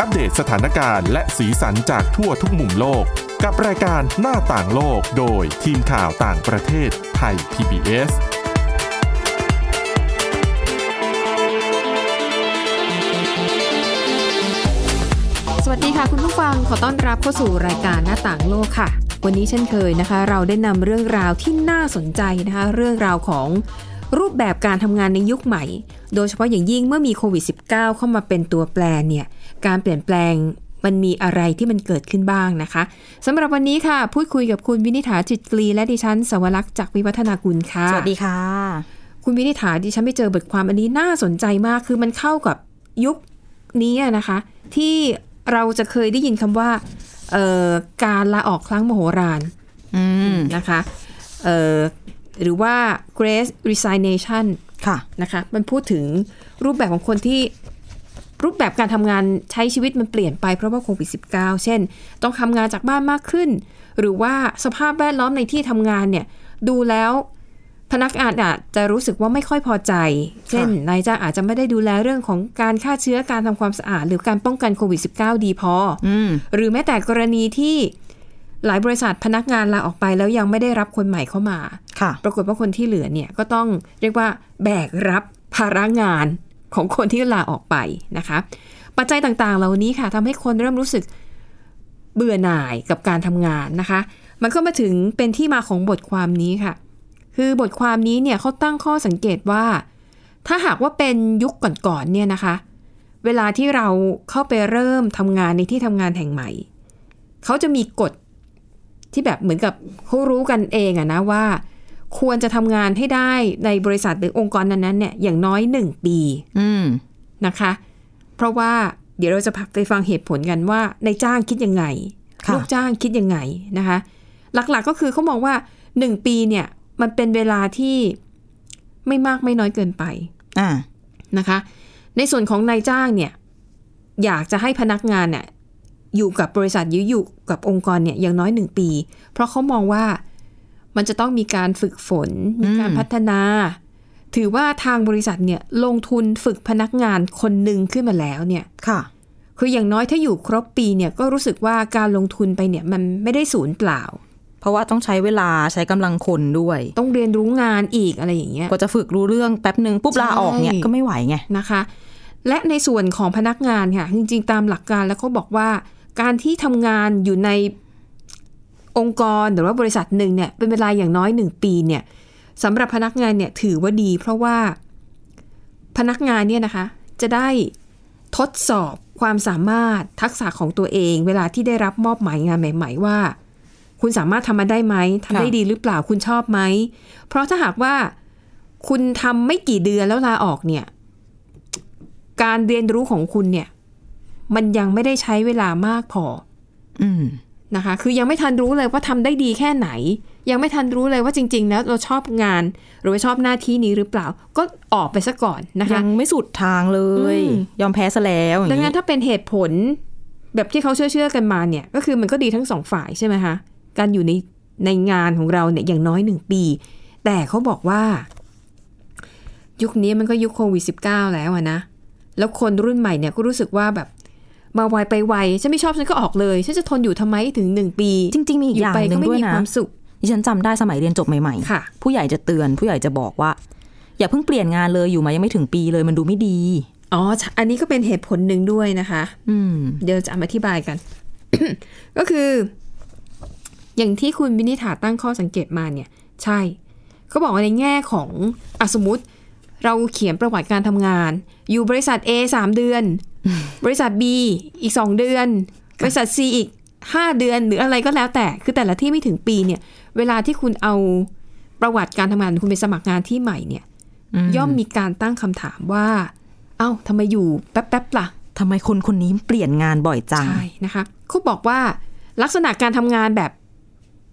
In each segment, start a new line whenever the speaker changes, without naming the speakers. อัปเดตสถานการณ์และสีสันจากทั่วทุกมุมโลก กับรายการหน้าต่างโลกโดยทีมข่าวต่างประเทศไทย PBS
สวัสดีค่ะคุณผู้ฟังขอต้อนรับเข้าสู่รายการหน้าต่างโลกค่ะ วันนี้เช่นเคยนะคะ เราได้นำเรื่องราวที่น่าสนใจนะคะ เรื่องราวของรูปแบบการทำงานในยุคใหม่ โดยเฉพาะอย่างยิ่งเมื่อมีโควิด -19 เข้ามาเป็นตัวแปรเนี่ยการเปลี่ยนแปลงมันมีอะไรที่มันเกิดขึ้นบ้างนะคะสำหรับวันนี้ค่ะ พูดคุยกับคุณวินิษฐาจิตกรีและดิฉันสวรักษ์จากวิวัฒนากุลค่ะ
สวัสดีค่ะ
คุณวินิษฐาดิฉันไปเจอบทความอันนี้น่าสนใจมากคือมันเข้ากับยุคนี้อะนะคะ ที่เราจะเคยได้ยินคำว่าเอ่อการลาออกครั้งมโหฬาร
อืม
นะคะเอ่อหรือว่า Great Resignation
ค่ะ
นะคะมันพูดถึงรูปแบบของคนที่รูปแบบการทำงานใช้ชีวิตมันเปลี่ยนไปเพราะว่าโควิด -19 เช่น ต้องทำงานจากบ้านมากขึ้น หรือว่าสภาพแวดล้อมในที่ทำงานเนี่ยดูแล้วพนักงานอาจจะรู้สึกว่าไม่ค่อยพอใจ เช่นนายจ้างอาจจะไม่ได้ดูแลเรื่องของการฆ่าเชื้อการทำความสะอาด หรือการป้องกันโควิด -19 ดีพออ
อืม
หรือแม้แต่กรณีที่หลายบริษัทพนักงานลาออกไปแล้วยังไม่ได้รับคนใหม่เข้ามา
ค่ะ
ปรากฏว่าคนที่เหลือเนี่ยก็ต้องเรียกว่าแบกรับภาระงานของคนที่ลาออกไปนะคะ ปัจจัยต่างๆ เหล่านี้ค่ะทำให้คนเริ่มรู้สึกเบื่อหน่ายกับการทำงานนะคะ มันก็มาถึงเป็นที่มาของบทความนี้ค่ะ คือบทความนี้เนี่ยเขาตั้งข้อสังเกตว่า ถ้าหากว่าเป็นยุคก่อนๆเนี่ยนะคะ เวลาที่เราเข้าไปเริ่มทำงานในที่ทำงานแห่งใหม่ เขาจะมีกฎที่แบบเหมือนกับเขารู้กันเองอะนะว่า ควรจะทำงานให้ได้ในบริษัทหรือองค์กรนั้นๆเนี่ยอย่างน้อย 1 ปี
อืม
นะคะ เพราะว่าเดี๋ยวเราจะไปฟังเหตุผลกันว่าในายจ้างคิดยังไง
ค่ะ
ลูกจ้างคิดยังไงนะคะ หลักๆก็คือเขามองว่า 1 ปีเนี่ยมันเป็นเวลาที่ไม่มากไม่น้อยเกินไป
อ่า
นะคะ ในส่วนของนายจ้างเนี่ยอยากจะให้พนักงานเนี่ยอยู่กับบริษัทหรืออยู่กับองค์กรเนี่ยอย่างน้อย 1 ปี เพราะเขามองว่า มันจะต้องมีการฝึกฝน มีการ
อืม
พัฒนา ถือว่าทางบริษัทเนี่ยลงทุนฝึกพนักงานคนหนึ่งขึ้นมาแล้วเนี่ย
ค่ะ
คืออย่างน้อยถ้าอยู่ครบปีเนี่ยก็รู้สึกว่าการลงทุนไปเนี่ยมันไม่ได้ศูนย์เปล่า
เพราะว่าต้องใช้เวลาใช้กำลังคนด้วย
ต้องเรียนรู้งานอีกอะไรอย่างเงี้ย
กว่าจะฝึกรู้เรื่องแป๊บหนึ่งปุ๊บ
ใช่
ลาออกเนี่ยก็ไม่ไหวไง
นะคะ และในส่วนของพนักงานค่ะจริงๆตามหลักการแล้วเขาบอกว่า การที่ทำงานอยู่ในองค์กรหรือว่าบริษัทหนึ่งเนี่ยเป็นเวลาอย่างน้อยหนึ่งปีเนี่ยสำหรับพนักงานเนี่ยถือว่าดี เพราะว่าพนักงานเนี่ยนะคะ จะได้ทดสอบความสามารถทักษะของตัวเอง เวลาที่ได้รับมอบหมายงานใหม่ ๆ ว่า คุณสามารถทำมันได้ไหมทำได้
ค่ะ
ดีหรือเปล่าคุณชอบไหม เพราะถ้าหากว่าคุณทำไม่กี่เดือนแล้วลาออกเนี่ย การเรียนรู้ของคุณเนี่ย มันยังไม่ได้ใช้เวลามากพอ
อืม
นะคะ คือยังไม่ทันรู้เลยว่าทำได้ดีแค่ไหน ยังไม่ทันรู้เลยว่าจริง ๆ แล้วเราชอบงาน หรือว่าชอบหน้าที่นี้หรือเปล่า ก็ออกไปซะก่อนนะคะ
ยังไม่สุดทางเลย
อืม
ยอมแพ้ซะแล้วอย่า
ดัง
ง
นั้
นี้
นถ้าเป็นเหตุผลแบบที่เขาเชื่อเชื่อๆกันมาเนี่ย ก็คือมันก็ดีทั้งสองฝ่ายใช่ไหมคะการอยู่ในในงานของเราเนี่ยอย่างน้อยหนึ่งปี แต่เขาบอกว่า ยุคนี้มันก็ยุคโควิด1 9แล้วอะนะ แล้วคนรุ่นใหม่เนี่ยก็รู้สึกว่าแบบมาไวไปไวฉันไม่ชอบฉันก็ออกเลย ฉันจะทนอยู่ทำไมถึงหนึ่งปี
จริง ๆ มี
อ
อี
ก
อยู่ ย่าง
ไป
ห
ก็
นึ่ง
ไม่
ด้วย
มี
นะ
ความสุข
ดิฉันจำได้สมัยเรียนจบใหม่
ค่ะ
ๆ ผู้ใหญ่จะเตือน ผู้ใหญ่จะบอกว่า อย่าเพิ่งเปลี่ยนงานเลยอยู่มายังไม่ถึงปีเลยมันดูไม่ดี
อ๋อใช่อันนี้ก็เป็นเหตุผลหนึ่งด้วยนะคะ
อืม
เดี๋ยวจะอธิบายกัน ก็คือ อย่างที่คุณวินิษฐาตั้งข้อสังเกตมาเนี่ย ใช่เขาบอกว่าในแง่ของอะสมมติ เราเขียนประวัติการทำงาน อยู่บริษัท A 3 เดือน บริษัท B อีก 2 เดือน บริษัท C อีก 5 เดือนหรืออะไรก็แล้วแต่ คือแต่ละที่ไม่ถึงปีเนี่ย เวลาที่คุณเอาประวัติการทำงานคุณไปสมัครงานที่ใหม่เนี่ย
อืม
ย่อมมีการตั้งคำถามว่า เอ้าทำไมอยู่แป๊บๆล่ะ
ทำไมคนคนนี้เปลี่ยนงานบ่อยจัง
ใช่นะคะเขาบอกว่าลักษณะการทำงานแบบ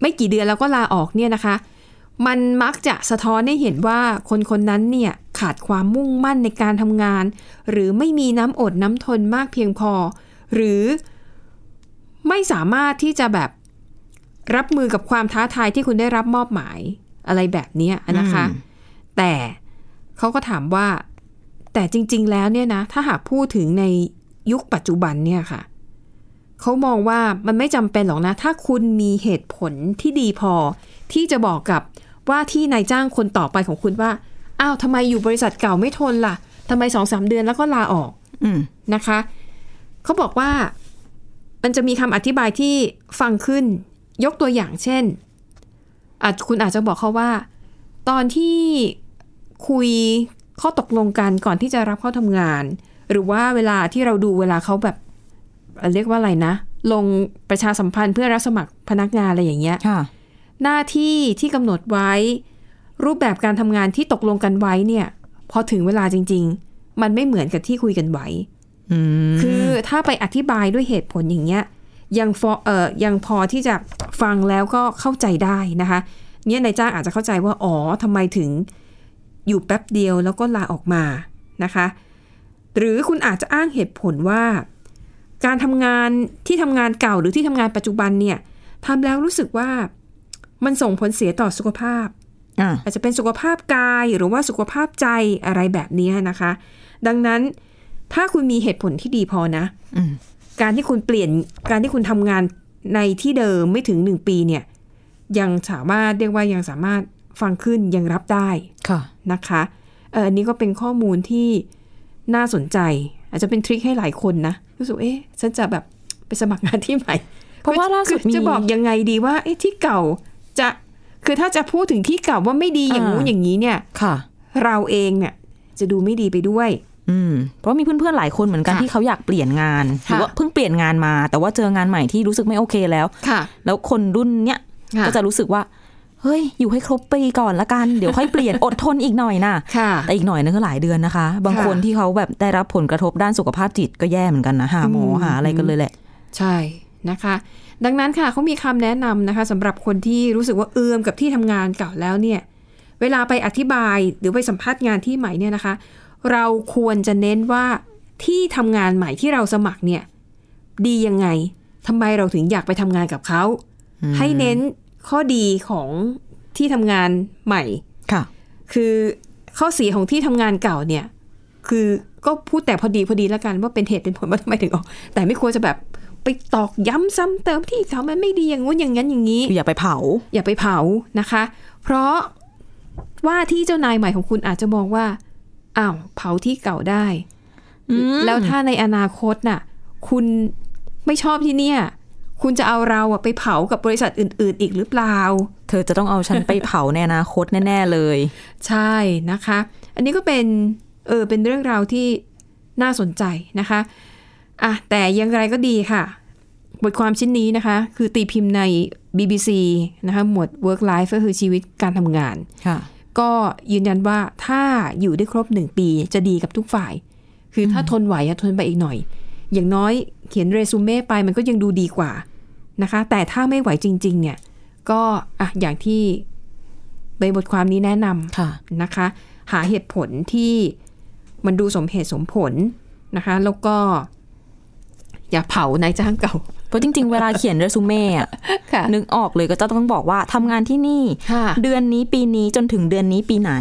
ไม่กี่เดือนแล้วก็ลาออกเนี่ยนะคะ มันมักจะสะท้อนให้เห็นว่าคนคนๆนั้นเนี่ยขาดความมุ่งมั่นในการทำงาน หรือไม่มีน้ำอดน้ำทนมากเพียงพอ หรือไม่สามารถที่จะแบบรับมือกับความท้าทายที่คุณได้รับมอบหมายอะไรแบบเนี้ยนะคะ
อืม
แต่เขาก็ถามว่าแต่จริง ๆ แล้วเนี่ยนะ ถ้าหากพูดถึงใน ยุคปัจจุบันเนี่ยค่ะเขามองว่ามันไม่จำเป็นหรอกนะ ถ้าคุณมีเหตุผลที่ดีพอ ที่จะบอกกับว่าที่นายจ้างคนต่อไปของคุณว่าอ้าวทำไมอยู่บริษัทเก่าไม่ทนล่ะทำไมสองสามเดือนแล้วก็ลาออก
อืม
นะคะเขาบอกว่ามันจะมีคำอธิบายที่ฟังขึ้น ยกตัวอย่างเช่นอาจคุณอาจจะบอกเขาว่า ตอนที่คุยข้อตกลงกันก่อนที่จะรับเข้าทำงาน หรือว่าเวลาที่เราดูเวลาเขาแบบเอ่อเรียกว่าอะไรนะ ลงประชาสัมพันธ์เพื่อรับสมัครพนักงานอะไรอย่างเงี้ย
ค่ะ
หน้าที่ที่กำหนดไว้ รูปแบบการทำงานที่ตกลงกันไว้เนี่ย พอถึงเวลาจริง ๆ มันไม่เหมือนกับที่คุยกันไว้
อืม
คือถ้าไปอธิบายด้วยเหตุผลอย่างเงี้ยยังฟอเอ่อยังพอที่จะฟังแล้วก็เข้าใจได้นะคะ เนี่ยนายจ้างอาจจะเข้าใจว่า อ๋อทำไมถึงอยู่แป๊บเดียวแล้วก็ลาออกมานะคะ หรือคุณอาจจะอ้างเหตุผลว่า การทำงานที่ทำงานเก่าหรือที่ทำงานปัจจุบันเนี่ยทำแล้วรู้สึกว่ามันส่งผลเสียต่อสุขภาพ
อ่ะ
อาจจะเป็นสุขภาพกายหรือว่าสุขภาพใจอะไรแบบนี้นะคะ ดังนั้นถ้าคุณมีเหตุผลที่ดีพอนะ
อืม
การที่คุณเปลี่ยนการที่คุณทำงานในที่เดิมไม่ถึงหนึ่งปีเนี่ยยังสามารถเรียกว่ายังสามารถฟังขึ้นยังรับได้
ค่ะ
นะคะเอออันนี้ก็เป็นข้อมูลที่น่าสนใจ อาจจะเป็นทริคให้หลายคนนะรู้สึกเอ๊ะฉันจะแบบไปสมัครงานที่ใหม่
เพราะว่าล่าสุด
คือจะ
มี
บอกยังไงดีว่าเอ๊ะที่เก่าจะคือถ้าจะพูดถึงที่เก่าว่าไม่ดีอย่าง
อ่างู้
งู้นอย่างนี้เนี่ย
ค่ะ
เราเองเนี่ยจะดูไม่ดีไปด้วย
อืม เพราะมีเพื่อนๆหลายคนเหมือนกัน
ค่ะ
ที่เขาอยากเปลี่ยนงานหรื
ค่ะ
ว่าเพิ่งเปลี่ยนงานมา แต่ว่าเจองานใหม่ที่รู้สึกไม่โอเคแล้ว
ค่ะ
แล้วคนรุ่นเนี้ยก็จะรู้สึกว่า เฮ้ย อยู่ให้ครบปีก่อนละกัน เดี๋ยวค่อยเปลี่ยน อดทนอีกหน่อยนะ
ค่ะ
แต่อีกหน่อยนึงก็หลายเดือนนะคะ บาง
ค่ะ
คนที่เขาแบบได้รับผลกระทบด้านสุขภาพจิตก็แย่เหมือนกันนะ หาหมอ
อืม
หาอะไรกันเลยแหละ
ใช่นะคะ ดังนั้นค่ะเขามีคำแนะนำนะคะสำหรับคนที่รู้สึกว่าเอือมกับที่ทำงานเก่าแล้วเนี่ย เวลาไปอธิบายหรือไปสัมภาษณ์งานที่ใหม่เนี่ยนะคะ เราควรจะเน้นว่าที่ทำงานใหม่ที่เราสมัครเนี่ย ดียังไงทำไมเราถึงอยากไปทำงานกับเขา ให้เน้นข้อดีของที่ทำงานใหม่
ค่ะ
คือข้อเสียของที่ทำงานเก่าเนี่ย คือก็พูดแต่พอดีพอดีแล้วกันว่าเป็นเหตุเป็นผลว่าทำไมถึงออกแต่ไม่ควรจะแบบไปตอกย้ำซ้ำเติมที่เขามันไม่ดีอย่างงู้นอย่างนั้นอย่างนี้
คืออย่าไปเผา
อย่าไปเผานะคะ เพราะว่าที่เจ้านายใหม่ของคุณอาจจะมองว่าอ้าวเผาที่เก่าได้ แล้วถ้าในอนาคตน่ะ คุณไม่ชอบที่เนี่ย คุณจะเอาเราอะไปเผากับบริษัทอื่น ๆ อีกหรือเปล่า
เธอจะต้องเอาฉันไปเผาในอนาคตแน่ๆเลย
ใช่นะคะ อันนี้ก็เป็นเออเป็นเรื่องราวที่น่าสนใจนะคะอ่ะแต่อยังไรก็ดีค่ะ บทความชิ้นนี้นะคะ คือตีพิมพ์ใน BBC นะคะหมวด work life ก็คือชีวิตการทำงาน
ค่ะ
ก็ยืนยันว่าถ้าอยู่ได้ครบหนึ่งปีจะดีกับทุกฝ่าย คือถ้าทนไหวอะทนไปอีกหน่อย อย่างน้อยเขียนเรซูเม่ไปมันก็ยังดูดีกว่านะคะ แต่ถ้าไม่ไหวจริง ๆ เนี่ย ก็อ่ะอย่างที่ในบทความนี้แนะนำ
ค่ะ
นะคะ หาเหตุผลที่มันดูสมเหตุสมผลนะคะ แล้วก็ อย่าเผานายจ้างเก่า
เพราะจริงๆ เวลาเขียนเรซูเม่อะ
ค่ะ
นึกออกเลยก็จะต้องบอกว่าทำงานที่นี่
ค่ะ
เดือนนี้ปีนี้จนถึงเดือนนี้ปีไหน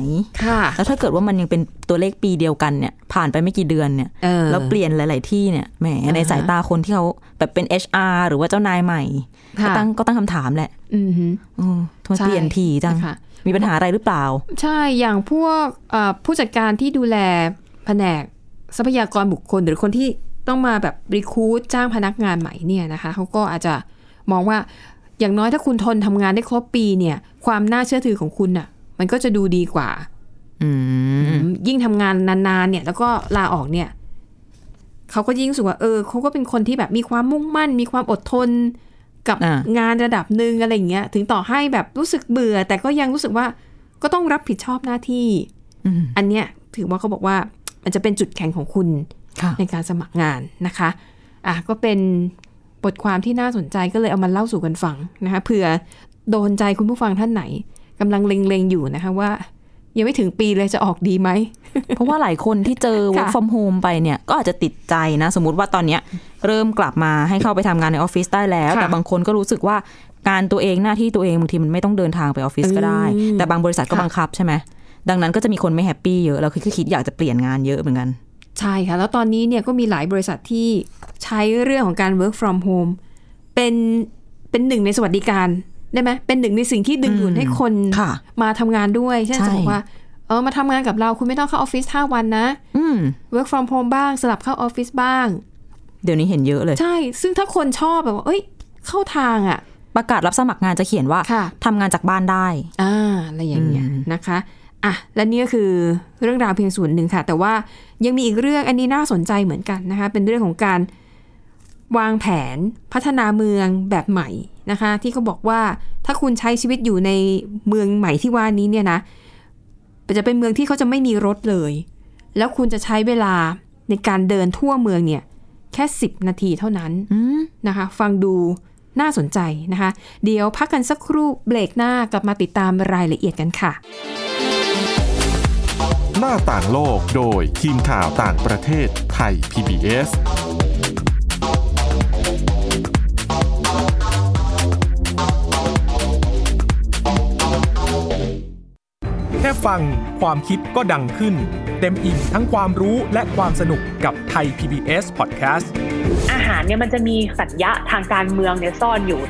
ค่ะ
แล้วถ้าเกิดว่ามันยังเป็นตัวเลขปีเดียวกันเนี่ย ผ่านไปไม่กี่เดือนเนี่ย
เออ
แล้วเปลี่ยนหลาย ๆ ที่เนี่ย แหม ในสายตาคนที่เขาแบบเป็น HR หรือว่าเจ้านายใหม่ ก็
ค่ะ
ตั้งก็ตั้งคำถามแหละ
อือฮึ
อืมทำไม
ใช่
เปลี่ยนทีจัง
นะคะ
มีปัญหาอะไรหรือเปล่า
ใช่อย่างพวกเอ่อผู้จัดการที่ดูแลแผนกทรัพยากรบุคคล หรือคนที่ต้องมาแบบรีคูดจ้างพนักงานใหม่เนี่ยนะคะเขาก็อาจจะมองว่าอย่างน้อยถ้าคุณทนทำงานได้ครบปีเนี่ย ความน่าเชื่อถือของคุณน่ะ มันก็จะดูดีกว่า
อืม
ยิ่งทำงานนานๆเนี่ย แล้วก็ลาออกเนี่ยเขาก็ยิ่งรู้สึกว่าเออเขาก็เป็นคนที่แบบมีความมุ่งมั่น มีความอดทนกับ
อ่า
งานระดับหนึ่งอะไรอย่างเงี้ย ถึงต่อให้แบบรู้สึกเบื่อ แต่ก็ยังรู้สึกว่าก็ต้องรับผิดชอบหน้าที่
อืม
อันเนี้ยถือว่าเขาบอกว่ามันจะเป็นจุดแข็งของคุณ
ค่ะ
ในการสมัครงานนะคะอ่ะก็เป็นบทความที่น่าสนใจก็เลยเอามาเล่าสู่กันฟังนะคะเผื่อโดนใจคุณผู้ฟังท่านไหนกำลังเล็งๆอยู่นะคะว่า ยังไม่ถึงปีเลยจะออกดีไหม
เพราะว่าหลายคนที่เจอ work
ค่ะ
from home ไปเนี่ย ก็อาจจะติดใจนะ สมมติว่าตอนเนี้ยเริ่มกลับมาให้เข้าไปทำงานในออฟฟิศได้แล้ว
ค่ะ
แต่บางคนก็รู้สึกว่างานตัวเองหน้าที่ตัวเองบางทีมันไม่ต้องเดินทางไปออฟฟิศก็ได้
อืม
แต่บางบริษัทก็
ค่ะ
บังคับใช่ไหมดังนั้นก็จะมีคนไม่แฮปปี้เยอะเราคือคิดอยากจะเปลี่ยนงานเยอะเหมือนกัน
ใช่ค่ะ แล้วตอนนี้เนี่ยก็มีหลายบริษัทที่ใช้เรื่องของการ work from home เป็นเป็นหนึ่งในสวัสดิการได้ไหมเป็นหนึ่งในสิ่งที่ดึงดูดให้คน
ค่ะ
มาทำงานด้วยเช่น
ใช่
สมมติว่าเออมาทำงานกับเราคุณไม่ต้องเข้าออฟฟิศห้าวันนะ
อืม
work from home บ้าง สลับเข้าออฟฟิศบ้าง
เดี๋ยวนี้เห็นเยอะเลย
ใช่ ซึ่งถ้าคนชอบแบบว่า เอ้ย เข้าทางอ่ะ
ประกาศรับสมัครงานจะเขียนว่า
ค่ะ
ทำงานจากบ้านได้
อ่า อะไรอย่างเงี้ย
อืม
นะคะ อ่ะ และนี่ก็คือเรื่องราวเพียงส่วนหนึ่งค่ะ แต่ว่ายังมีอีกเรื่องอันนี้น่าสนใจเหมือนกันนะคะ เป็นเรื่องของการวางแผนพัฒนาเมืองแบบใหม่นะคะ ที่เขาบอกว่าถ้าคุณใช้ชีวิตอยู่ในเมืองใหม่ที่ว่านี้เนี่ยนะ จะเป็นเมืองที่เขาจะไม่มีรถเลย แล้วคุณจะใช้เวลาในการเดินทั่วเมืองเนี่ยแค่ 10 นาทีเท่านั้น
อืม
นะคะฟังดูน่าสนใจนะคะ เดี๋ยวพักกันสักครู่เบรกหน้ากลับมาติดตามรายละเอียดกันค่ะ
หน้าต่างโลกโดยทีมข่าวต่างประเทศไทย PBS
แค่ฟังความคิดก็ดังขึ้น เต็มอิ่มทั้งความรู้และความสนุกกับไทย PBS Podcast
อาหารเนี่ยมันจะมีสัญญะทางการเมืองเนี่ยซ่อนอยู่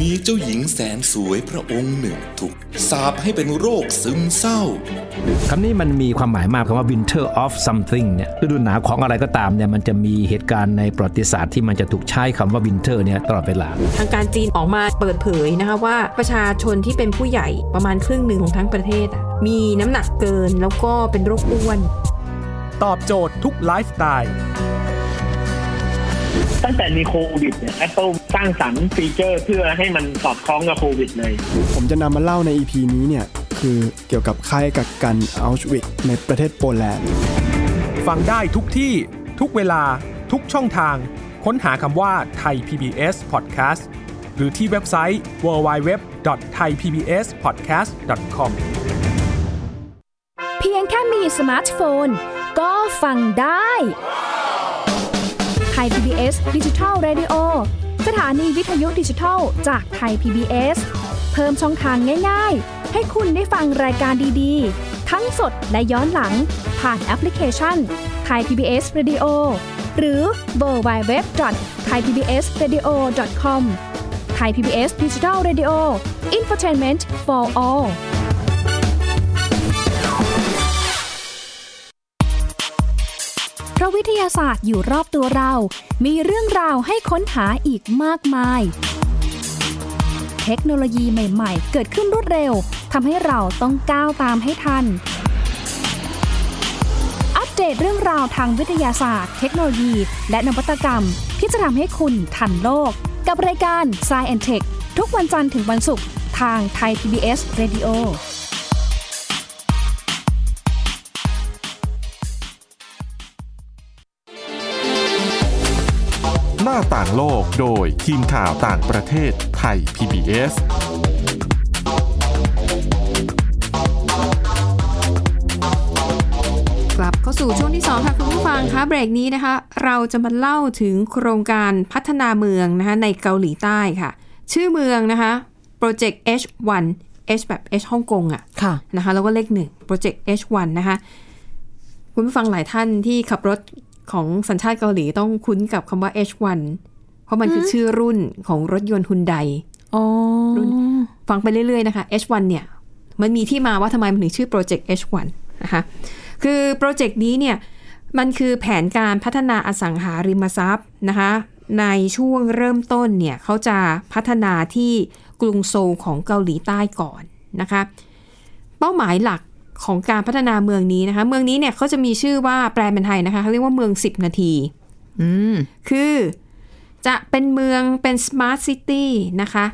มีเจ้าหญิงแสนสวยพระองค์หนึ่งถูกสาปให้เป็นโรคซึมเศร้า
คำนี้มันมีความหมายมากคำว่า winter of something เนี่ยฤดูหนาวของอะไรก็ตามเนี่ยมันจะมีเหตุการณ์ในประวัติศาสตร์ที่มันจะถูกใช้คำว่า winter เนี่ยตลอดเวลา
ทางการจีนออกมาเปิดเผยนะคะว่าประชาชนที่เป็นผู้ใหญ่ประมาณครึ่งหนึ่งของทั้งประเทศอะมีน้ำหนักเกินแล้วก็เป็นโรคอ้วน
ตอบโจทย์ทุกไลฟ์สไตล์
ตั้งแต่มีโควิดเนี่ย Apple สร้างสรรค์ฟีเจอร์เพื่อให้มันสอดคล้องกับโควิดเลย
ผมจะนำมาเล่าใน EP นี้เนี่ย คือเกี่ยวกับค่ายกักกันอัลชวิกในประเทศโปแลนด์
ฟังได้ทุกที่ ทุกเวลา ทุกช่องทาง ค้นหาคำว่าไทย PBS Podcast หรือที่เว็บไซต์ www.thaipbspodcast.com
เพียงแค่มีสมาร์ทโฟน ก็ฟังได้ไทย PBS ดิจิทัล Radio สถานีวิทยุดิจิทัลจากไทย PBS เพิ่มช่องทางง่าย ๆ ให้คุณได้ฟังรายการดีๆ ทั้งสดและย้อนหลัง ผ่านแอปพลิเคชันไทย PBS Radio หรือเวอร์บายเว็บไทยพีบีเอสเรดิโอคอมไทยพีบีเอสดิจิทัลเรดิโออินฟอร์ทนเมนต์ for all เพราะวิทยาศาสตร์อยู่รอบตัวเรา มีเรื่องราวให้ค้นหาอีกมากมาย เทคโนโลยีใหม่ ๆ เกิดขึ้นรวดเร็ว ทำให้เราต้องก้าวตามให้ทัน อัปเดตเรื่องราวทางวิทยาศาสตร์ เทคโนโลยี และนวัตกรรม ที่จะทำให้คุณทันโลก กับรายการ s c i e n t e c h ทุกวันจันทร์ถึงวันศุกร์ทางไทย PBS Radio
หน้าต่างโลกโดยทีมข่าวต่างประเทศไทย PBS
กลับเข้าสู่ช่วงที่ 2 ค่ะ คุณผู้ฟังคะเบรกนี้นะคะ เราจะมาเล่าถึงโครงการพัฒนาเมืองนะคะในเกาหลีใต้ค่ะ ชื่อเมืองนะคะโปรเจกต์ H1 H แบบ H ฮ่องกงอ่ะ
ค่ะ
นะคะแล้วก็เลขหนึ่งโปรเจกต์ H1 นะคะคุณผู้ฟังหลายท่านที่ขับรถของสัญชาติเกาหลีต้องคุ้นกับคำว่า H1 เพราะมันคือชื่อรุ่นของรถยนต์ฮุนได
อ๋อ
ฟังไปเรื่อยๆนะคะ H1 เนี่ยมันมีที่มาว่าทำไมมันถึงชื่อโปรเจกต์ H1 นะคะคือโปรเจกต์นี้เนี่ยมันคือแผนการพัฒนาอสังหาริมทรัพย์นะคะในช่วงเริ่มต้นเนี่ยเขาจะพัฒนาที่กรุงโซลของเกาหลีใต้ก่อนนะคะเป้าหมายหลักของการพัฒนาเมืองนี้นะคะเมืองนี้เนี่ยเขาจะมีชื่อว่าแปลเป็นไทยนะคะเขาเรียกว่าเมือง 10 นาที
อืม
คือจะเป็นเมืองเป็นสมาร์ทซิตี้นะคะ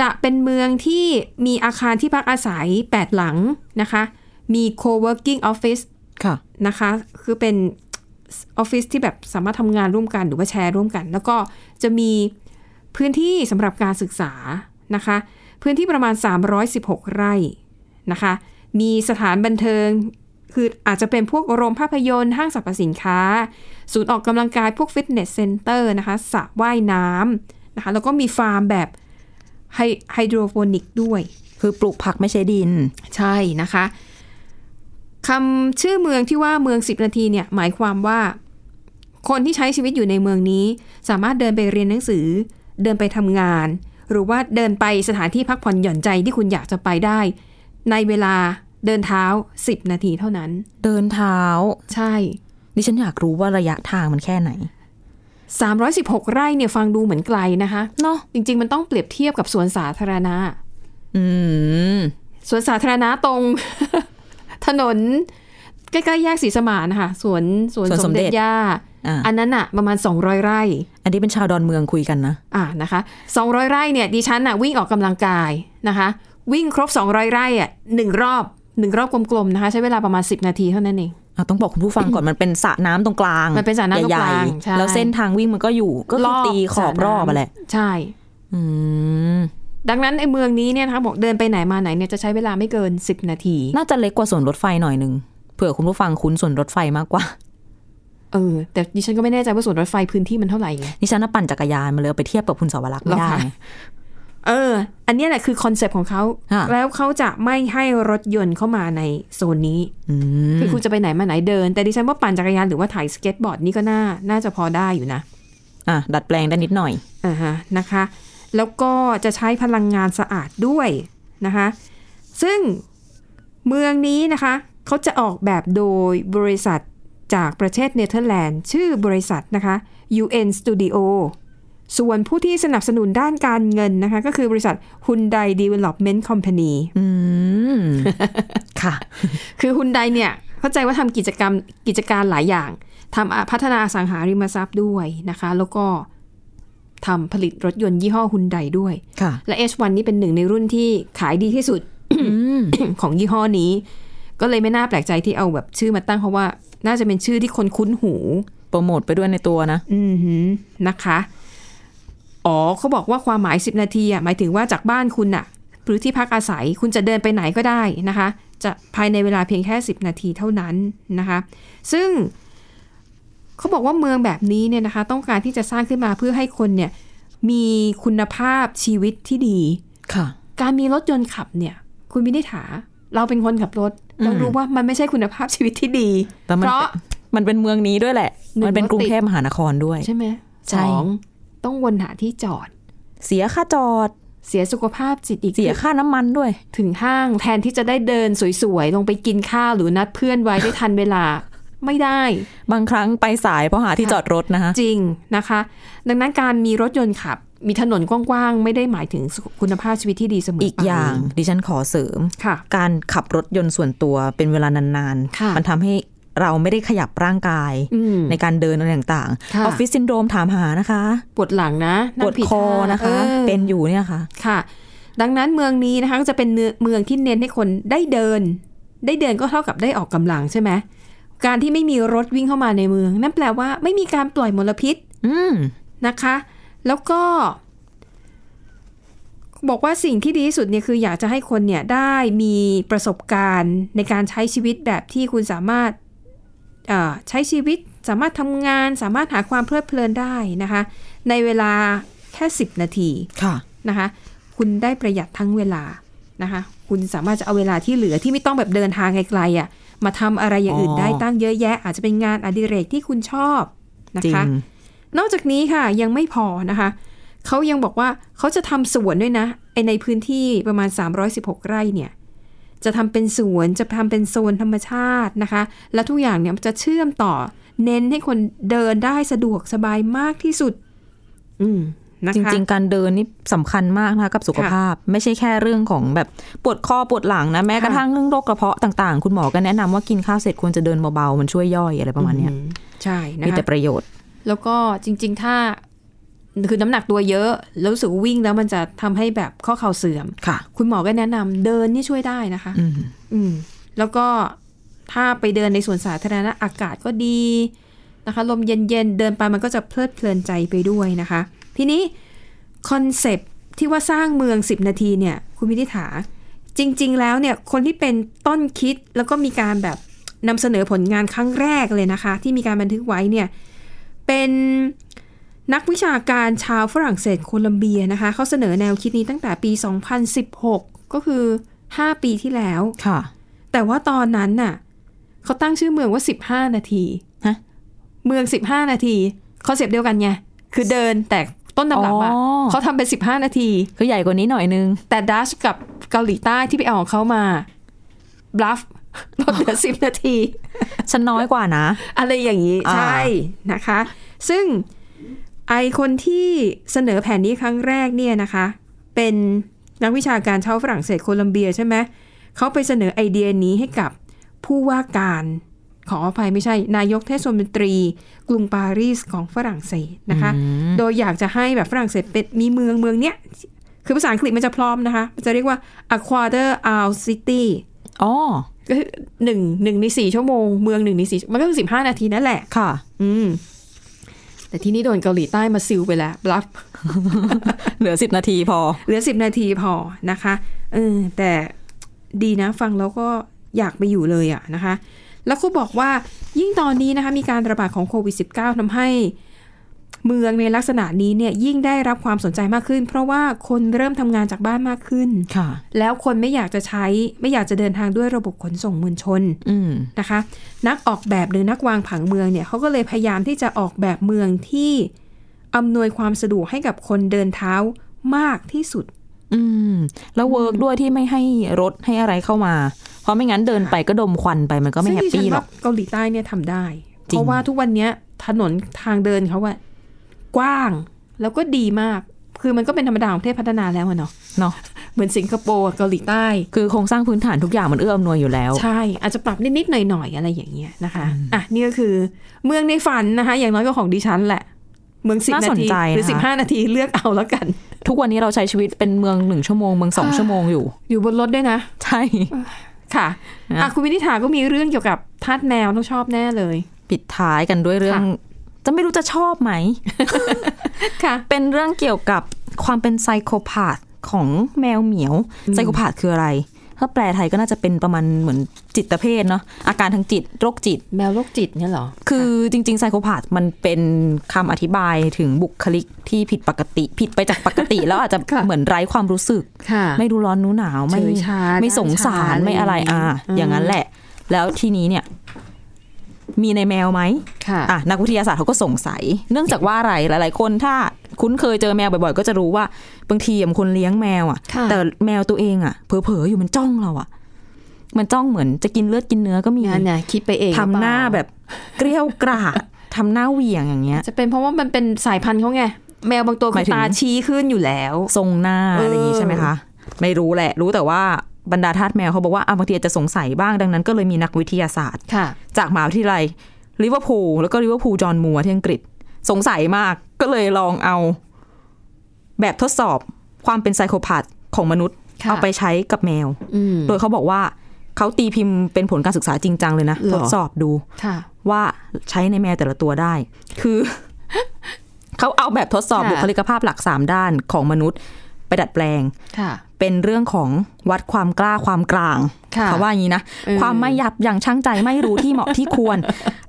จะเป็นเมืองที่มีอาคารที่พักอาศัย 8 หลังนะคะ มี co-working office
ค่ะ
นะคะ คือเป็นออฟฟิศที่แบบสามารถทำงานร่วมกันหรือว่าแชร์ร่วมกัน แล้วก็จะมีพื้นที่สำหรับการศึกษานะคะ พื้นที่ประมาณ 316 ไร่นะคะ มีสถานบันเทิง คืออาจจะเป็นพวกโรงภาพยนตร์ ห้างสรรพสินค้า ศูนย์ออกกำลังกายพวกฟิตเนสเซ็นเตอร์นะคะสระว่ายน้ำนะคะ แล้วก็มีฟาร์มแบบไฮไฮโดรโปนิกด้วย
คือปลูกผักไม่ใช่ดิน
ใช่นะคะ คำชื่อเมืองที่ว่าเมือง 10 นาทีเนี่ยหมายความว่า คนที่ใช้ชีวิตอยู่ในเมืองนี้ สามารถเดินไปเรียนหนังสือ เดินไปทำงาน หรือว่าเดินไปสถานที่พักผ่อนหย่อนใจที่คุณอยากจะไปได้ ในเวลาเดินเท้า 10 นาทีเท่านั้น
เดินเท้า
ใช่
ดิฉันอยากรู้ว่าระยะทางมันแค่ไหน
316 ไร่เนี่ยฟังดูเหมือนไกลนะคะ
เนาะ
จริง ๆ มันต้องเปรียบเทียบกับสวนสาธารณะ
อืม
สวนสาธารณะตรง ถนน ใกล้ ๆ แยกศรีสมานค่ะสวนสวน
สวน
ส
ส
ม
มเด็
เด็จ
จ
ย่า
อ่า
อันนั้นอะประมาณ 200 ไร่
อันนี้เป็นชาวดอนเมืองคุยกันนะ
อ่านะคะ200 ไร่เนี่ยดิฉันอะวิ่งออกกำลังกายนะคะ วิ่งครบ 200 ไร่อะหนึ่งรอบหนึ่งรอบกลมๆนะคะ ใช้เวลาประมาณ 10 นาทีเท่านั้นเอง
อ่ะต้องบอกคุณผู้ฟังก่อน มันเป็นสระน้ำตรงกลาง
มันเป็นสระน้ำตรงกลาง
ใหญ่
ใช่
ๆแล้วเส้นทางวิ่งมันก็อยู่ ก็คือตีขอบรอบอะแหละ
ใช่
อืม
ดังนั้นไอ้เมืองนี้เนี่ยนะคะบอกเดินไปไหนมาไหนเนี่ยจะใช้เวลาไม่เกิน 10 นาที
น่าจะเล็กกว่าสวนรถไฟหน่อยหนึ่งเผื่อคุณผู้ฟังคุ้นสวนรถไฟมากกว่า
เออ แต่ดิฉันก็ไม่แน่ใจว่าสวนรถไฟพื้นที่มันเท่าไหร่ไง
ดิฉันน่ะปั่นจักรยานมาเลยเอาไปเทียบกับคุณสาวรักษณ์ไม่ได้
หรอคะ เออ อันเนี้ยแหละคือคอนเซปต์ของเขา
ค่ะ
แล้วเขาจะไม่ให้รถยนต์เข้ามาในโซนนี้
อืม
คือคุณจะไปไหนมาไหนเดิน แต่ดิฉันว่าปั่นจักรยานหรือว่าถ่ายสเก็ตบอร์ดนี่ก็น่า น่าจะพอได้อยู่นะ
อ่ะดัดแปลงได้นิดหน่อย
อ่าฮะนะคะ แล้วก็จะใช้พลังงานสะอาดด้วยนะคะ ซึ่งเมืองนี้นะคะเขาจะออกแบบโดยบริษัทจากประเทศเนเธอร์แลนด์ ชื่อบริษัทนะคะ UN Studio ส่วนผู้ที่สนับสนุนด้านการเงินนะคะ ก็คือบริษัท Hyundai Development Company
อืม ค่ะ
คือ Hyundai เนี่ยเข้าใจว่าทำกิจกรรมกิจการหลายอย่างทำอ่ะพัฒนาอสังหาริมทรัพย์ด้วยนะคะ แล้วก็ทำผลิตรถยนต์ยี่ห้อ Hyundai ด้วย
ค่ะ
และ H1 นี่เป็นหนึ่งในรุ่นที่ขายดีที่สุด ของยี่ห้อนี้ ก็เลยไม่น่าแปลกใจที่เอาแบบชื่อมาตั้งเพราะว่า น่าจะเป็นชื่อที่คนคุ้นหู
โปรโมทไปด้วยในตัวนะ
อือหือนะคะ อ๋อเขาบอกว่าความหมาย 10 นาทีอ่ะหมายถึงว่าจากบ้านคุณน่ะ หรือที่พักอาศัยคุณจะเดินไปไหนก็ได้นะคะ จะภายในเวลาเพียงแค่ 10 นาทีเท่านั้นนะคะ ซึ่งเขาบอกว่าเมืองแบบนี้เนี่ยนะคะ ต้องการที่จะสร้างขึ้นมาเพื่อให้คนเนี่ยมีคุณภาพชีวิตที่ดี
ค่ะ
การมีรถยนต์ขับเนี่ย คุณมินิถา เราเป็นคนขับรถ เรารู้ว่ามันไม่ใช่คุณภาพชีวิตที่ดี
แต่มัน
เพราะ
มันเป็นเมืองนี้ด้วยแหละ
หนึ่ง
มันเป็นกรุ
รถ
ง
ติด
เทพมหานครด้วย
ใช่ไหม
ใช่
สองต้องวนหาที่จอด
เสียค่าจอด
เสียสุขภาพจิตอีก
เสียค่าน้ำมันด้วย
ถึงห้างแทนที่จะได้เดินสวยๆ ลงไปกินข้าวหรือนัดเพื่อนไว้ได้ทันเวลา ไม่ได้
บางครั้งไปสายเพราะหาที่จอดรถนะคะ
จริงนะคะ ดังนั้นการมีรถยนต์ขับ มีถนนกว้างๆ ไม่ได้หมายถึงคุณภาพชีวิตที่ดีเสมอ
อีก
ไป
อย่างดิฉันขอเสริม
ค่ะ
การขับรถยนต์ส่วนตัวเป็นเวลานาน
ค่ะ
มันทำให้เราไม่ได้ขยับร่างกาย
อืม
ในการเดินอะไรต่างๆอ
ค่ะ
อฟฟิศซินโดรมถามหานะคะ
ปวดหลังนะ
ป
นั่ง
วด
ผิ
คอ
ท่า
นะคะ
ออ
เป็นอยู่เนี่ยค่ะ
ค่ะ ดังนั้นเมืองนี้นะคะก็จะเป็นเนื้อเมืองที่เน้นให้คนได้เดิน ได้เดินก็เท่ากับได้ออกกำลังใช่ไหมการที่ไม่มีรถวิ่งเข้ามาในเมือง นั่นแปลว่าไม่มีการปล่อยมลพิษ
อืม
นะคะ แล้วก็ บอกว่าสิ่งที่ดีที่สุดเนี่ยคืออยากจะให้คนเนี่ยได้มีประสบการณ์ในการใช้ชีวิตแบบที่คุณสามารถเอ่อใช้ชีวิตสามารถทำงาน สามารถหาความเพลิดเพลินได้นะคะ ในเวลาแค่ 10 นาที
ค่ะ
นะคะคุณได้ประหยัดทั้งเวลานะคะคุณสามารถจะเอาเวลาที่เหลือที่ไม่ต้องแบบเดินทางไกลๆอะ่ะมาทำอะไรอย่างอื่น
อ๋อ
ได้ตั้งเยอะแยะ อาจจะเป็นงานอดิเรกที่คุณชอบนะ
จริง
คะ นอกจากนี้ค่ะยังไม่พอนะคะเขายังบอกว่าเขาจะทำสวนด้วยนะไอในพื้นที่ประมาณ 316 ไร่เนี่ยจะทำเป็นสวนจะทำเป็นโซนธรรมชาตินะคะ และทุกอย่างเนี่ยมันจะเชื่อมต่อเน้นให้คนเดินได้สะดวกสบายมากที่สุด อืมนะคะ
จริง ๆ การเดินนี่สำคัญมากนะคะกับสุขภาพ ไม่ใช่แค่เรื่องของแบบปวดคอปวดหลังนะแม้กระ
ค่ะ
ทั่งเรื่องโรคกระเพาะต่างๆ คุณหมอก็แนะนำว่ากินข้าวเสร็จควรจะเดินเบาๆมันช่วยย่อยอะไรประมาณเนี้ย
อืใช่นะคะ
มีแต่ประโยชน์
แล้วก็จริง ๆ ถ้าคือน้ำหนักตัวเยอะ แล้วรู้สึกว่าวิ่งแล้วมันจะทำให้แบบข้อเข่าเสื่อม
ค่ะ
คุณหมอก็แนะนำเดินนี่ช่วยได้นะคะ
อืม
อืม แล้วก็ถ้าไปเดินในสวนสาธารณะอากาศก็ดีนะคะ ลมเย็น ๆ เดินไปมันก็จะเพลิดเพลินใจไปด้วยนะคะ ทีนี้คอนเซปต์ที่ว่าสร้างเมือง 10 นาทีเนี่ย คุณมินิษฐา จริง ๆ แล้วเนี่ย คนที่เป็นต้นคิดแล้วก็มีการแบบนำเสนอผลงานครั้งแรกเลยนะคะ ที่มีการบันทึกไว้เนี่ย เป็นนักวิชาการชาวฝรั่งเศสโคลัมเบียนะคะเขาเสนอแนวคิดนี้ตั้งแต่ปี 2016 ก็คือ 5 ปีที่แล้ว
ค่ะ
แต่ว่าตอนนั้นน่ะ เขาตั้งชื่อเมืองว่า 15 นาที
ฮะ
เมือง 15 นาทีคอนเซปต์เดียวกันไงคือเดินแต่ต้นตำรับอะ
อ๋อ
เขาทำเป็น 15 นาที
คือใหญ่กว่านี้หน่อยนึง
แต่ดัชกับเกาหลีใต้ที่ไปเอาของเขามาบลัฟ ลดเหลือ 10 นาที
ฉันน้อยกว่านะ
อะไรอย่างนี้
อ่า
ใช่นะคะ ซึ่งไอคนที่เสนอแผนนี้ครั้งแรกเนี่ยนะคะ เป็นนักวิชาการชาวฝรั่งเศสโคลัมเบียใช่ไหมเขาไปเสนอไอเดียนี้ให้กับผู้ว่าการขออภัยไม่ใช่ นายกเทศมนตรี กรุงปารีสของฝรั่งเศสนะคะ โดยอยากจะให้แบบฝรั่งเศสเป็นมีเมืองเมืองเนี้ย คือภาษาอังกฤษมันจะพร้อมนะคะ มันจะเรียกว่า a quarter hour city
อ๋อ
ก็คือหนึ่งหนึ่งในสี่ชั่วโมงเมืองหนึ่งในสี่มันก็คือสิบห้านาทีนั่นแหละ
ค่ะ
อืม แต่ที่นี่โดนเกาหลีใต้มาซิลไปแล้วบลัฟ
เหลือสิบนาทีพอ
เหลือสิบนาทีพอนะคะเออแต่ดีนะฟังแล้วก็อยากไปอยู่เลยอะนะคะ แล้วก็บอกว่ายิ่งตอนนี้นะคะ มีการระบาดของโควิด -19 ทำให้เมืองในลักษณะนี้เนี่ยยิ่งได้รับความสนใจมากขึ้น เพราะว่าคนเริ่มทำงานจากบ้านมากขึ้น
ค่ะ
แล้วคนไม่อยากจะใช้ไม่อยากจะเดินทางด้วยระบบขนส่งมวลชน
อืม
นะคะนักออกแบบหรือนักวางผังเมืองเนี่ยเขาก็เลยพยายามที่จะออกแบบเมืองที่อำนวยความสะดวกให้กับคนเดินเท้ามากที่สุด
อืม แล้วเวิร์กด้วยที่ไม่ให้รถให้อะไรเข้ามา เพราะไม่งั้นเดินไปก็ดมควันไปมันก็ไม่
ซึ่ง
แฮป
ดิฉั
ปี้
น
หร
ว่า
อก
เกาหลีใต้เนี่ยทำได้
จริง
เพราะว่าทุกวันเนี้ยถนนทางเดินเขาอะกว้างแล้วก็ดีมาก คือมันก็เป็นธรรมดาของประเทศพัฒนาแล้วอะเนาะ
เนาะ
เหมือนสิงคโปร์อะเกาหลีใต้
คือโครงสร้างพื้นฐานทุกอย่างมันเอื้ออำนวยอยู่แล้ว
ใช่ อาจจะปรับนิด ๆ หน่อย ๆ อะไรอย่างเงี้ยนะคะ อ่ะ นี่ก็คือเมืองในฝันนะคะ อย่างน้อยก็ของดิฉันแหละ เมืองสิบ
น่า
นา
สน
ที
ใจ
หรือ
นะคะ
สิบห้านาทีเลือกเอาแล้วกัน
ทุกวันนี้เราใช้ชีวิตเป็นเมืองหนึ่งชั่วโมงเมืองสองชั่วโมงอยู่
อยู่บนรถด้วยนะ
ใช่
ค่ะ
นะ
อ่ะ คุณวินิษฐาก็มีเรื่องเกี่ยวกับทาสแมวต้องชอบแน่เลย
ปิดท้ายกันด้วยเรื่อง จะไม่รู้จะชอบไหม
ค่ะ
เป็นเรื่องเกี่ยวกับความเป็นไซโคพาธของแมวเหมียว ไซโคพาธคืออะไร ถ้าแปลไทยก็น่าจะเป็นประมาณเหมือนจิตเภทเนาะอาการทางจิตโรคจิต
แมวโรคจิตเนี่ยเหรอ
คือจริงๆไซโคพาธมันเป็นคำอธิบายถึงบุคลิกที่ผิดปกติ ผิดไปจากปกติ แล้วอาจจะ
ค่ะ
เหมือนไร้ความรู้สึก
ค่ะ
ไม่รู้ร้อนรู้หนาวไม่
เฉยชา
ไม่สงสา
ด้า
ร
นชา
ไม่อะไร
อะไรอย่างงี้
อ่ะ
อืม
อย่างนั้นแหละ แล้วทีนี้เนี่ย มีในแมวไหม
ค่ะ
อ่ะนักวิทยาศาสตร์เขาก็สงสัย เนื่องจากว่าอะไรหลาย ๆ คนถ้าคุ้นเคยเจอแมวบ่อย ๆ ก็จะรู้ว่าบางทีอ่ะคนเลี้ยงแมวอ่ะ
ค่ะ
แต่แมวตัวเองอ่ะเผลอๆอยู่มันจ้องเราอ่ะ มันจ้องเหมือนจะกินเลือดกินเนื้อก็มี
งานเนี่ยคิดไปเอง
ทำหน้า
รือเปล่
แบบเกลี้ยวกราด ทำหน้าเหวี่ยงอย่างเงี้ย
จะเป็นเพราะว่ามันเป็นสายพันธุ์เขาไง แมวบางตัว
ห
คื
มา
อย
ถึง
ตาชี้ขึ้นอยู่แล้ว
ทรงหน้า
เอออ
อะไรอย่างนี้ใช่ไหมคะ ไม่รู้แหละ รู้แต่ว่าบรรดาทาสแมวเขาบอกว่าอ่ะบางทีอาจจะสงสัยบ้างดังนั้นก็เลยมีนักวิทยาศาสตร์
ค่ะ
จากมหาวิทยาลัยลิเวอร์พูลแล้วก็ลิเวอร์พูลจอห์นมัวร์ที่อังกฤษ สงสัยมากก็เลยลองเอา แบบทดสอบความเป็นไซโคพาธของมนุษย์
ค่ะ
เอาไปใช้กับแมว
อืม
โดยเขาบอกว่าเขาตีพิมพ์เป็นผลการศึกษาจริงจังเลยนะ
เหรอ
ทดสอบดู
ค่ะ
ว่าใช้ในแมวแต่ละตัวได้ คือ เขาเอาแบบทดสอบ
ค่ะ
บุคลิกภาพหลัก 3 ด้านของมนุษย์ ไปดัดแปลง
ค่ะ
เป็นเรื่องของวัดความกล้าความกลาง
ค่ะ
เขาว่าอย่างนี้นะ
เออ
ความไม่ยับยั้งชั่งใจไม่รู้ที่เหมาะที่คว ร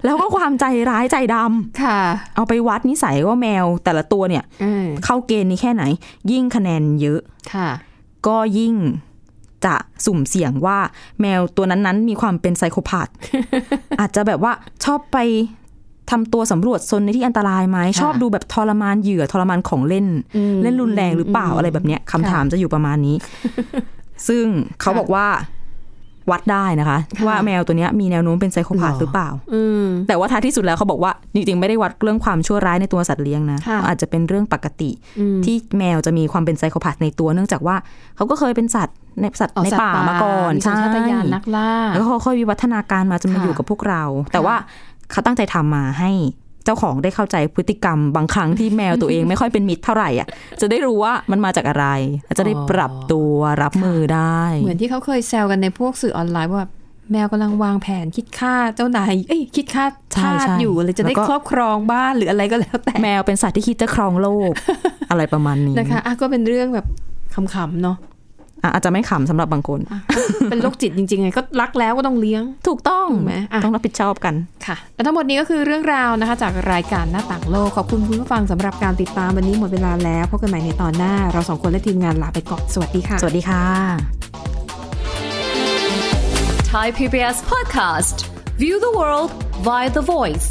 แล้วก็ความใจร้ายใจดำ
ค่ะ
เอาไปวัดนิสัยว่าแมวแต่ละตัวเนี่ย
อืม
เข้าเกณฑ์นี้แค่ไหน ยิ่งคะแนนเยอะ
ค่ะ
ก็ยิ่งจะสุ่มเสี่ยงว่าแมวตัวนั้นๆ มีความเป็นไซโค พาธ อาจจะแบบว่าชอบไปทำตัวสำรวจโซนในที่อันตรายไหมชอบดูแบบทรมานเหยื่อทรมานของเล่น
อืม
เล่นรุนแรงหรือเปล่า
อืม
อะไรแบบเนี้ยคำถามจะอยู่ประมาณนี้ ซึ่งเขาบอกว่าวัดได้นะคะ
ค่ะ
ว่าแมวตัวเนี้ยมีแนวโน้มเป็นไซโคพา
ห
ธ
รอ
หรือเปล่า
อืม
แต่ว่าท้ายที่สุดแล้วเขาบอกว่าจริงๆไม่ได้วัดเรื่องความชั่วร้ายในตัวสัตว์เลี้ยงนะ
ค่ะ
อาจจะเป็นเรื่องปกติ
อืม
ที่แมวจะมีความเป็นไซโคพาธในตัวเนื่องจากว่าเขาก็เคยเป็นสัตว์ในสัตว์
อ๋อ
ในป่า
สัตว์
มาก่อน
มีสัญชาตญาณนักล่า
แล้วเขาค่อยวิวัฒนาการมาจนมา
ค่ะ
อยู่กับพวกเรา แต่ว่าเขาตั้งใจทำมาให้เจ้าของได้เข้าใจพฤติกรรมบางครั้งที่แมวตัวเอง ไม่ค่อยเป็นมิตรเท่าไหร่อ่ะจะได้รู้ว่ามันมาจากอะไรและจะได้
อ๋อ
ปรับตัวรับมือได้
เหมือนที่เขาเคยแซวกันในพวกสื่อออนไลน์ว่าแบบแมวกำลังวางแผนคิดฆ่าเจ้านายเอ้ยคิดฆ่า
ใช่
ทาส
ใช่
อยู่เลยจะได้
แล้วก็
ครอบครองบ้านหรืออะไรก็แล้วแต่
แมวเป็นสัตว์ที่คิดจะครองโล ก อะไรประมาณนี้
นะคะอ่ะก็เป็นเรื่องแบบขำๆเนาะ
อ่ะอาจจะไม่ขำสำหรับบางคน
อ่ะเป็นโรคจิตจริงๆไงก็รักแล้วก็ต้องเลี้ยง
ถูกต้อง
ถูกไหมอ่ะ
ต้องรับผิดชอบกัน
ค่ะและทั้งหมดนี้ก็คือเรื่องราวนะคะ จากรายการหน้าต่างโลกขอบคุณคุณผู้ฟังสำหรับการติดตามวันนี้หมดเวลาแล้วพบกันใหม่ในตอนหน้า เราสองคนและทีมงานลาไปก่อนสวัสดีค่ะ
สวัสดีค่ะ
Thai PBS podcast.
View the world via the voice